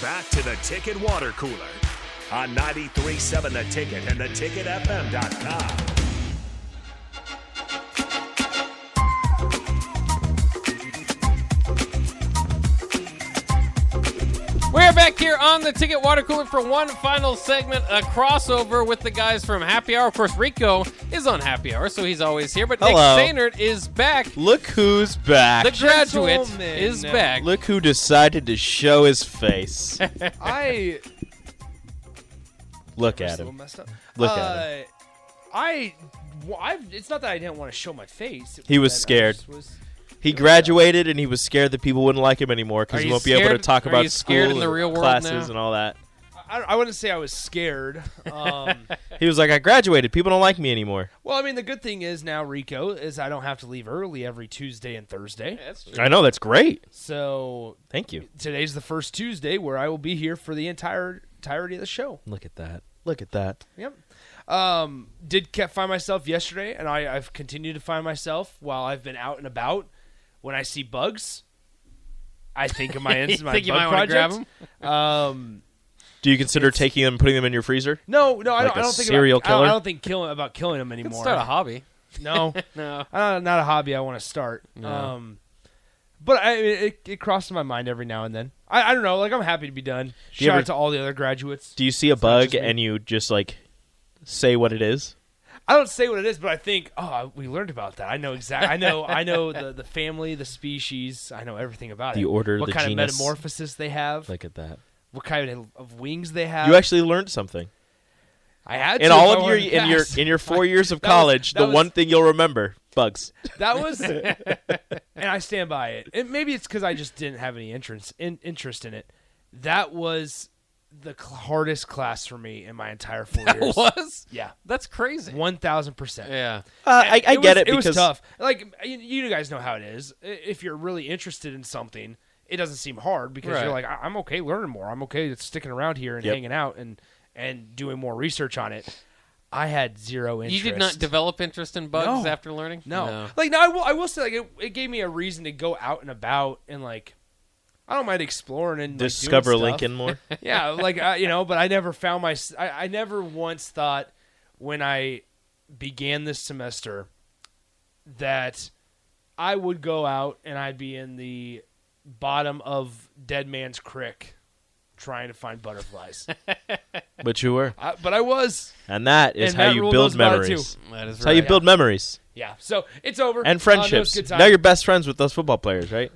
Back to the Ticket Water Cooler on 93.7 The Ticket and theticketfm.com. We're back here on the Ticket Water Cooler for one final segment, a crossover with the guys from Happy Hour. Of course, Rico is on Happy Hour, so he's always here. But Hello. Nick Sainert is back. Look who's back. The graduate Gentlemen. is back. Look who decided to show his face. I Look It's at a little him. messed up. Look at uh, I, well, I, it's not that I didn't want to show my face. It He was that I scared. just was- He graduated and he was scared that people wouldn't like him anymore Are because he you won't be able to scared- talk are about you school scared in the and real world classes now? and all that. I, I wouldn't say I was scared. Um, He was like, I graduated. People don't like me anymore. well, I mean, the good thing is now Rico is I don't have to leave early every Tuesday and Thursday. That's true. I know. That's great. So Thank you. today's the first Tuesday where I will be here for the entire entirety of the show. Look at that. Look at that. Yep. Um, did kept find myself yesterday, and I, I've continued to find myself while I've been out and about. When I see bugs, I think of my You ends, my think you bug might wanna grab project. um, Do you consider taking them and putting them in your freezer? no, no, I Like don't. I a don't think serial about, I don't- killer? I don't think killing about killing them You anymore. can start a hobby. no, No. uh, not a hobby I want to start. Um, but I, it, it crosses my mind every now and then. I, I don't know. Like I'm happy to be done. Do you Shout ever- out to all the other graduates. Do you see a not bug just me. and you just like say what it is? I don't say what it is, but I think, oh, we learned about that. I know exactly. I know. I know the, the family, the species. I know everything about The it. order, what the kind genus. of metamorphosis they have, Look at that. what kind of, of wings they have. You actually learned something. I had in to all if I of your wanted to in your pass. in your four years of That was- college, that the was- one thing you'll remember bugs. that was, and I stand by it. And maybe it's because I just didn't have any entrance in, interest in it. That was the cl- hardest class for me in my entire four years. Was? Yeah, That's crazy. one thousand percent. Yeah. Uh, I, I get was, it because it was tough. Like you, you guys know how it is. I- If you're really interested in something, it doesn't seem hard because Right. you're like, I- I'm okay learning more. I'm okay sticking around here and Yep. hanging out and and doing more research on it. I had zero interest. You did not develop interest in bugs No. after learning? No. like now I will. I will say like it, it gave me a reason to go out and about and like. I don't mind exploring and like, doing discover stuff. Lincoln more. yeah, like I, you know, but I never found my. I, I never once thought when I began this semester that I would go out and I'd be in the bottom of Dead Man's Creek trying to find butterflies. but you were, I, but I was. and that is And how Matt you Rule build knows about it, memories. too. That is That's how you right. build memories Yeah, so it's over. and Uh, no, it was friendships. good time. now you're best friends with those football players, right?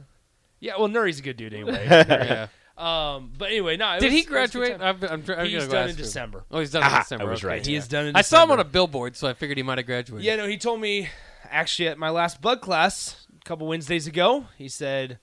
Yeah, well, Nuri's a good dude anyway. Yeah. um, but anyway, no. it Did was- he it was a good graduate? time. I've, I'm, tr- I'm He's gonna go done in ask him. December. Oh, he's done in December. I was okay. right. He is done. In I saw him on December. a billboard, so I figured he might have graduated. Yeah, no, he told me actually at my last bug class a couple Wednesdays ago. He said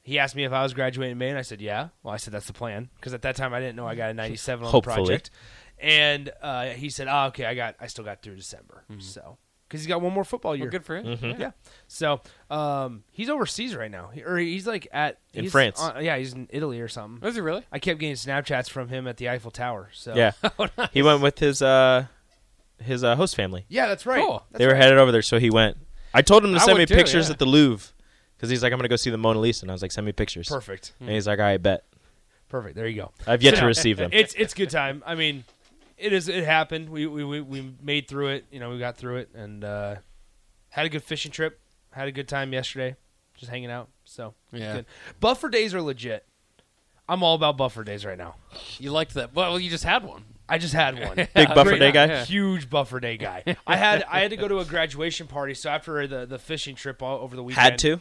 he asked me if I was graduating in May, and I said yeah. Well, I said that's the plan because at that time I didn't know I got a 97 on the Hopefully. project. And uh, he said, "Oh, okay, I got, I still got through December, Mm-hmm. so because he's got one more football year. Well, good for him. yeah. So um, he's overseas right now, He- or he's like at In he's France. on- yeah, he's in Italy or something. Was he really? I kept getting Snapchats from him at the Eiffel Tower. So Yeah, Oh, he went with his uh his uh, host family. yeah, that's right. Cool. That's they were right. headed over there, so he went. I told him to I send me would too, pictures yeah. at the Louvre because he's like, I'm gonna go see the Mona Lisa, and I was like, send me pictures. perfect, And he's like, I bet. perfect. There you go. I've yet So to no, receive them. it's it's good time. I mean, it is. It happened. We we we, we made through it. You know, we got through it and uh, had a good fishing trip. Had a good time yesterday, just hanging out. So it's Yeah. good. Buffer days are legit. I'm all about buffer days right now. You liked that. Well, you just had one. I just had one. Big buffer Great- day guy. yeah. Huge buffer day guy. I had I had to go to a graduation party, so after the, the fishing trip all over the weekend, Had to.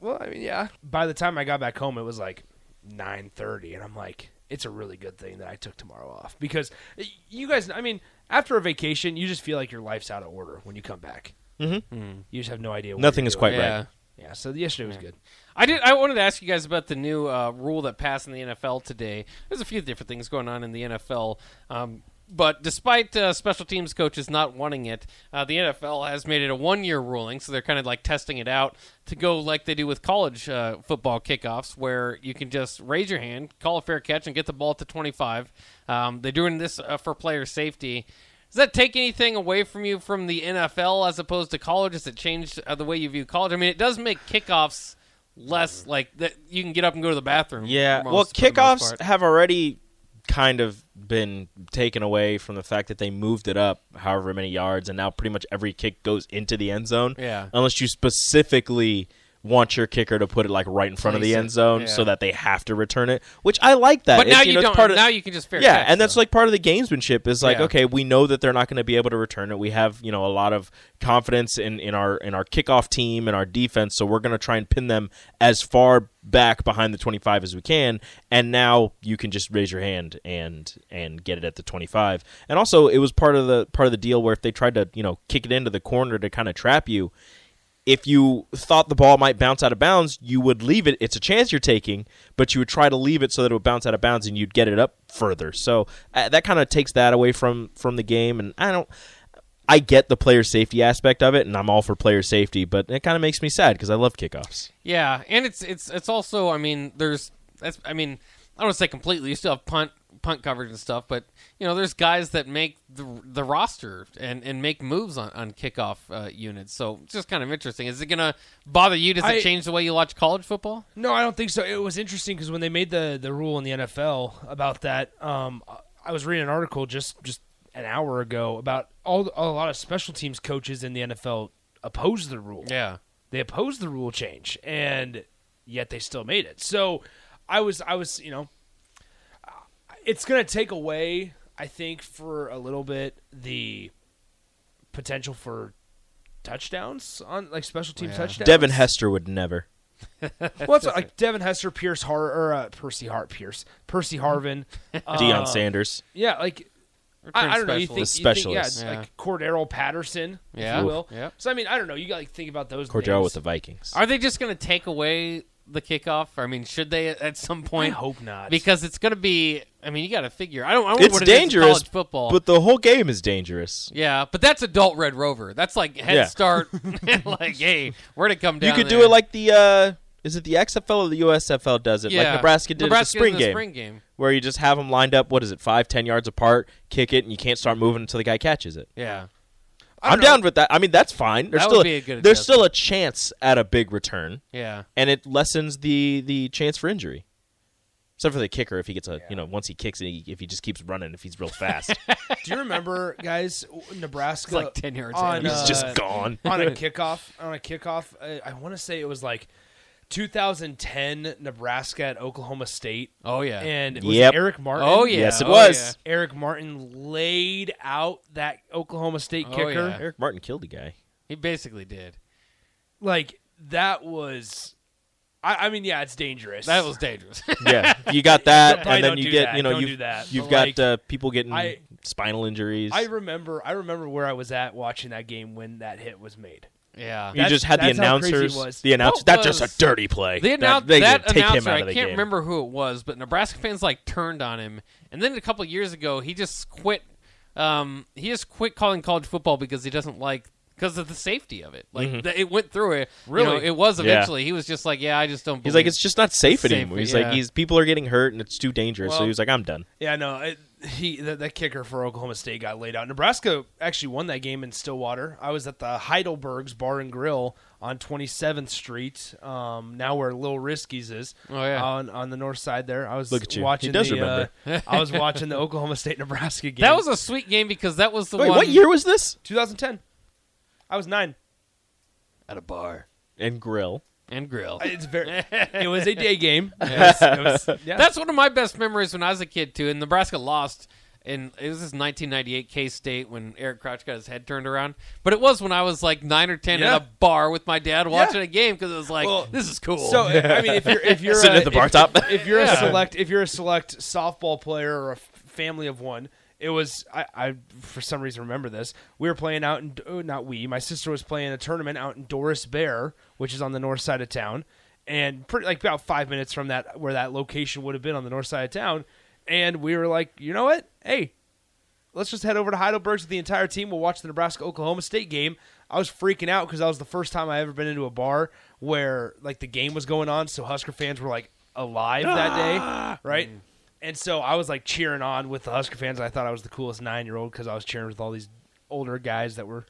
Well, I mean, yeah. By the time I got back home, it was like nine thirty, and I'm like, it's a really good thing that I took tomorrow off because y- you guys. I mean, after a vacation, you just feel like your life's out of order when you come back. Mm-hmm. You just have no idea. What Nothing you're is doing. quite yeah. right. Mm. Yeah. So yesterday was good. I did. I wanted to ask you guys about the new uh, rule that passed in the NFL today. There's a few different things going on in the NFL, um, but despite uh, special teams coaches not wanting it, uh, the NFL has made it a one-year ruling. So they're kind of like testing it out to go like they do with college uh, football kickoffs, where you can just raise your hand, call a fair catch, and get the ball to 25. Um, they're doing this uh, for player safety. Does that take anything away from you from the NFL as opposed to college? Has it changed uh, the way you view college? I mean, it does make kickoffs less like that. You can get up and go to the bathroom. Yeah. for well, most- for the most kickoffs part. have already kind of been taken away from the fact that they moved it up however many yards, and now pretty much every kick goes into the end zone. Yeah. Unless you specifically want your kicker to put it like right in front of Place the it, end zone yeah. so that they have to return it, which I like that. But It's, now you, you, know, it's don't. Part of, now you can just fair. yeah, catch, and that's though. like part of the gamesmanship is like, Yeah. okay, we know that they're not going to be able to return it. We have you know a lot of confidence in in our in our kickoff team and our defense, so we're going to try and pin them as far back behind the twenty five as we can. And now you can just raise your hand and and get it at the twenty five. And also, it was part of the part of the deal where if they tried to you know kick it into the corner to kind of trap you, if you thought the ball might bounce out of bounds, you would leave it. It's a chance you're taking, but you would try to leave it so that it would bounce out of bounds and you'd get it up further. So uh, that kind of takes that away from from the game. And I don't, I get the player safety aspect of it, and I'm all for player safety, but it kind of makes me sad because I love kickoffs. Yeah, and it's it's it's also I mean there's that's I mean I don't want to say completely you still have punt punt coverage and stuff, but you know there's guys that make the the roster and and make moves on on kickoff uh, units. So it's just kind of interesting. Is it gonna bother you? Does I- it change the way you watch college football? No, I don't think so. It was interesting because when they made the the rule in the NFL about that, um, I was reading an article just just an hour ago about all a lot of special teams coaches in the NFL oppose the rule. Yeah, they opposed the rule change and yet they still made it so i was i was you know it's going to take away i think for a little bit the potential for touchdowns on like special team touchdowns Devin Hester would never. well it's like devin hester pierce har or uh, percy hart pierce percy harvin uh, Deion Sanders. yeah like I, I don't know. You think, The you think, specialist. yeah, Yeah. like Cordero Patterson, Yeah. if you will. Yep. So I mean, I don't know. You got like think about those. Cordero names. with the Vikings. Are they just gonna take away the kickoff? I mean, should they at some point? I hope not. because it's gonna be. I mean, you got to figure. I don't. I don't know It's what it is in dangerous, college football. but the whole game is dangerous. Yeah, but that's adult Red Rover. That's like head Yeah. start. like, hey, we're to come down. You could do there. it like the uh, is it the XFL or the USFL does it? Like Yeah. Nebraska did Nebraska at the spring in game. Spring game. where you just have them lined up. What is it, five, ten yards apart? Kick it, and you can't start moving until the guy catches it. Yeah, I'm know. down with that. I mean, that's fine. There's That would still be a good there's still a chance at a big return, yeah, and it lessens the the chance for injury. Except for the kicker, if he gets a you know once he kicks it, he, if he just keeps running, if he's real fast, Do you remember, guys? Nebraska It's like 10 yards on, in. he's uh, just gone. on a kickoff. On a kickoff, uh, I want to say it was like 2010 Nebraska at Oklahoma State, oh yeah, and it was Yep. Eric Martin. oh yeah, Yes, it oh, was. yeah. Eric Martin laid out that Oklahoma State Oh, kicker. yeah. Eric Martin killed the guy. He basically did. Like that was, I, I mean, yeah, it's dangerous. That was dangerous. Yeah, you got that, Probably and then don't you do get that. you know Don't you've do that. you've But, got like, uh, people getting I- spinal injuries. I remember. I remember where I was at watching that game when that hit was made. yeah. you that's- just had the that's how crazy it announcers. was. The announcers. What That's just was- a dirty play. The annou- that, they that take announcer, him out of the I can't game. remember who it was, but Nebraska fans like turned on him. And then a couple years ago, he just quit. Um, he just quit calling college football because he doesn't like because of the safety of it. Like th- it went through it. Really? you know, it was Mm-hmm. Yeah. eventually. He was just like, yeah, I just don't. He's believe like, it's just not safe Safe, anymore. He's yeah. like, he's people are getting hurt and it's too dangerous. so Well- he was like, I'm done. Yeah, no, it, he that, that kicker for Oklahoma State got laid out. Nebraska actually won that game in Stillwater. I was at the Heidelberg's Bar and Grill on 27th Street, um, now where Lil Risky's is. Oh, yeah. on on the north side there. I was Look at you. He watching. does the, remember. uh, I was watching the Oklahoma State Nebraska game. That was a sweet game because that was the Wait, one. what year was this? 2010. I was nine. At a bar And grill. and grill. It's very. it was a day game. It was- it was- yeah. That's one of my best memories when I was a kid too. And Nebraska lost, and it was this 1998 K State when Eric Crouch got his head turned around. But it was when I was like nine or ten Yeah. at a bar with my dad watching a game because it was like Well, this is cool. So I mean, if you're if you're Sitting a- at the bar if- top. if you're a Yeah. select if you're a select softball player or a f- family of one, it was I, I for some reason remember this. We were playing out in oh, not we. My sister was playing a tournament out in Doris Bear, which is on the north side of town, and pretty like about five minutes from that where that location would have been on the north side of town. And we were like, you know what? Hey, let's just head over to Heidelberg's with the entire team. We'll watch the Nebraska Oklahoma State game. I was freaking out because that was the first time I ever been into a bar where like the game was going on, so Husker fans were like alive Ah! that day, Mm. right? And so I was like cheering on with the Husker fans. I thought I was the coolest nine year old because I was cheering with all these older guys that were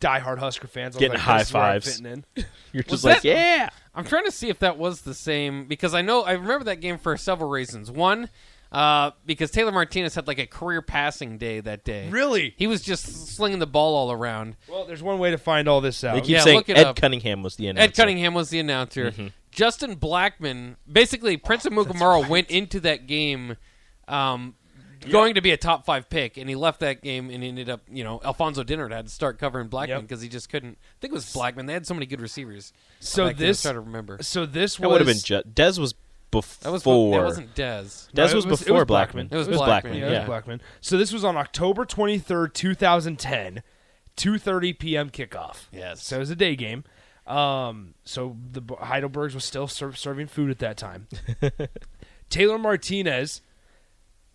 diehard Husker fans. I was Getting like, high this is where I'm fives. fitting in. You're just Was like, that- yeah. I'm trying to see if that was the same because I know I remember that game for several reasons. One, uh, because Taylor Martinez had like a career passing day that day. Really? He was just slinging the ball all around. Well, there's one way to find all this They out. keep Oh, Yeah, saying look it Ed up. Cunningham was the end. Ed Cunningham was the announcer. Mm-hmm. Justin Blackman, basically Prince of Mukamaro went into that game um, going to be a top five pick, and he left that game and ended up, you know, Alfonso Dennard had to start covering Blackman Yep. because he just couldn't. I think it was Blackman. They had so many good receivers. So back then, this- I'm trying to remember. So this That was would have been Je- Dez was before. That was that wasn't Dez. Dez No, was, it was- it before was Blackman. Blackman. It was Blackman, Yeah, Yeah. it was Blackman. So this was on October 23rd, 2010, 2:30 p.m. kickoff. Yes. So it was a day game. Um, so the B- Heidelbergs was still ser- serving food at that time. Taylor Martinez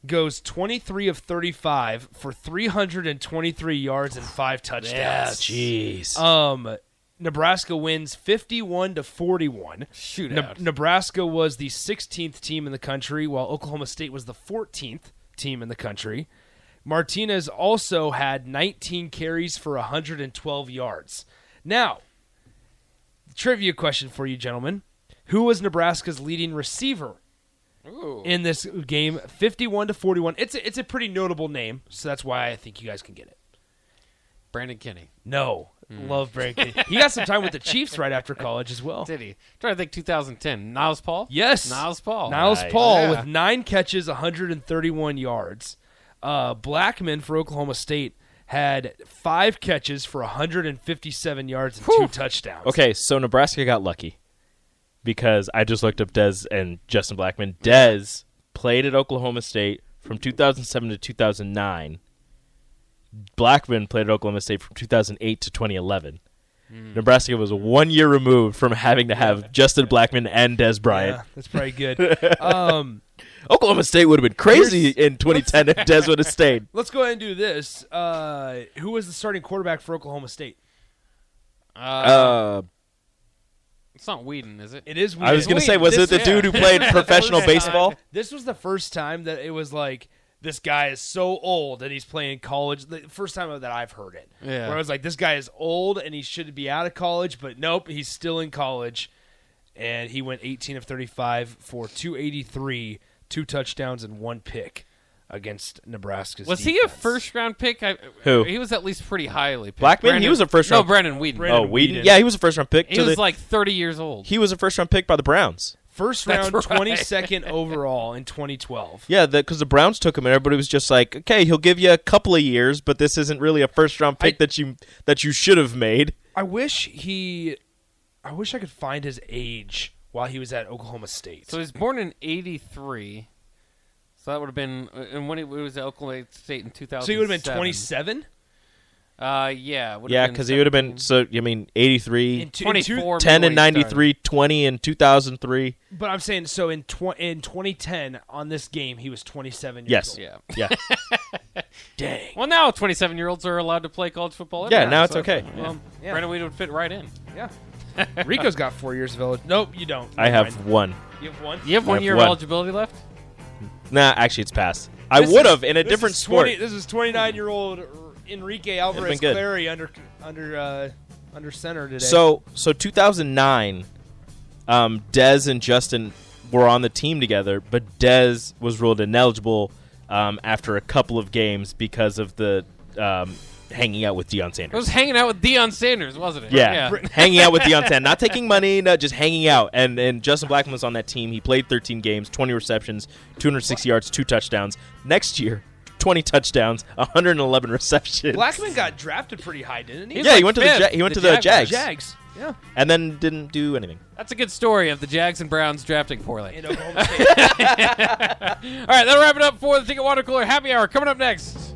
goes 23 of 35 for 323 yards and five touchdowns. Jeez. Um, Nebraska wins 51 to 41. Shootout. Ne- Nebraska was the 16th team in the country, while Oklahoma State was the 14th team in the country. Martinez also had 19 carries for 112 yards. Now, trivia question for you, gentlemen: Who was Nebraska's leading receiver Ooh. in this game? 51 to 41. It's a, it's a pretty notable name, so that's why I think you guys can get it. Brandon Kenny. No, Mm. love Brandon. he got some time with the Chiefs right after college as Oh. well. Did he? Trying to think 2010. Niles Paul? Yes. Niles Paul. Niles Nice. Paul Yeah. with nine catches, 131 yards. Uh, Blackman for Oklahoma State had five catches for 157 yards and two touchdowns. Okay, so Nebraska got lucky because I just looked up Dez and Justin Blackman. Dez played at Oklahoma State from 2007 to 2009. Blackman played at Oklahoma State from 2008 to 2011. Hmm. Nebraska was one year removed from having to have Justin Blackman and Des Bryant. Yeah, that's pretty good. um, Oklahoma State would have been crazy in 2010 if Des would have stayed. let's go ahead and do this. Uh, who was the starting quarterback for Oklahoma State? Uh, Uh, it's not Whedon, is it? It is. I was Whedon. going to say, was This- it the dude who played professional baseball? This was the first time that it was like this guy is so old that he's playing college. The first time that I've heard it, Yeah. where I was like, this guy is old and he should be out of college, but nope, he's still in college, and he went 18 of 35 for 283, two touchdowns and one pick against Nebraska's. Was he a defense. first round pick? I, Who? He was at least pretty highly picked. Blackman? He was a first round- No, Brandon Whedon. Oh, Whedon. Brandon Whedon. Yeah, he was a first round pick. he to was the- like 30 years old. he was a first round pick by the Browns. first That's round, right. 22nd overall in 2012? Yeah, because the Browns took him, and everybody was just like, "Okay, he'll give you a couple of years, but this isn't really a first round pick I- that you that you should have made." I wish he, I wish I could find his age while he was at Oklahoma State. so he was born in 83. So that would have been. uh, And when he was at Oklahoma State in 2000. So he would have been 27 Uh, yeah. would yeah, have been because he would have been 17. so. I mean, 83, in two, in two- 24. 10 before he started. and 93, 20 and 2003. But I'm saying so in tw- in 2010 on this game he was 27 years Yes. old. Yeah. Yeah, Dang. Well, now 27 year olds are allowed to play college football. yeah. anyway, Now it's so- um, okay. Well, Yeah. Brandon Whedon would fit right in. Yeah. Rico's got four years of eligibility. Nope, you don't. I Never have mind. one. You have one. You have one have year one. of eligibility left? Nah, actually, it's passed. I This would is- have in a this different is sport. 20 this is 29 year old Enrique Alvarez good. Clary under under uh, under center today. So so 2009, um, Dez and Justin were on the team together, but Dez was ruled ineligible um, after a couple of games because of the um, hanging out with It Deion was Sanders. hanging out with Deion Sanders, wasn't it? Yeah, hanging out with Deion Sanders, not taking money, not just hanging out. And and Justin Blackman was on that team. He played 13 games, 20 receptions, 260 yards, two touchdowns. Next year, 20 touchdowns, 111 receptions. Blackman got drafted pretty high, didn't he? He's yeah, he like went to the fifth, Ja- he went the to the Jaguars. Jags, Jags. Yeah. and then didn't do anything. That's a good story of the Jags and Browns drafting poorly. In Oklahoma State. All right, that'll wrap it up for the Ticket Water Cooler Happy Hour. Coming up next.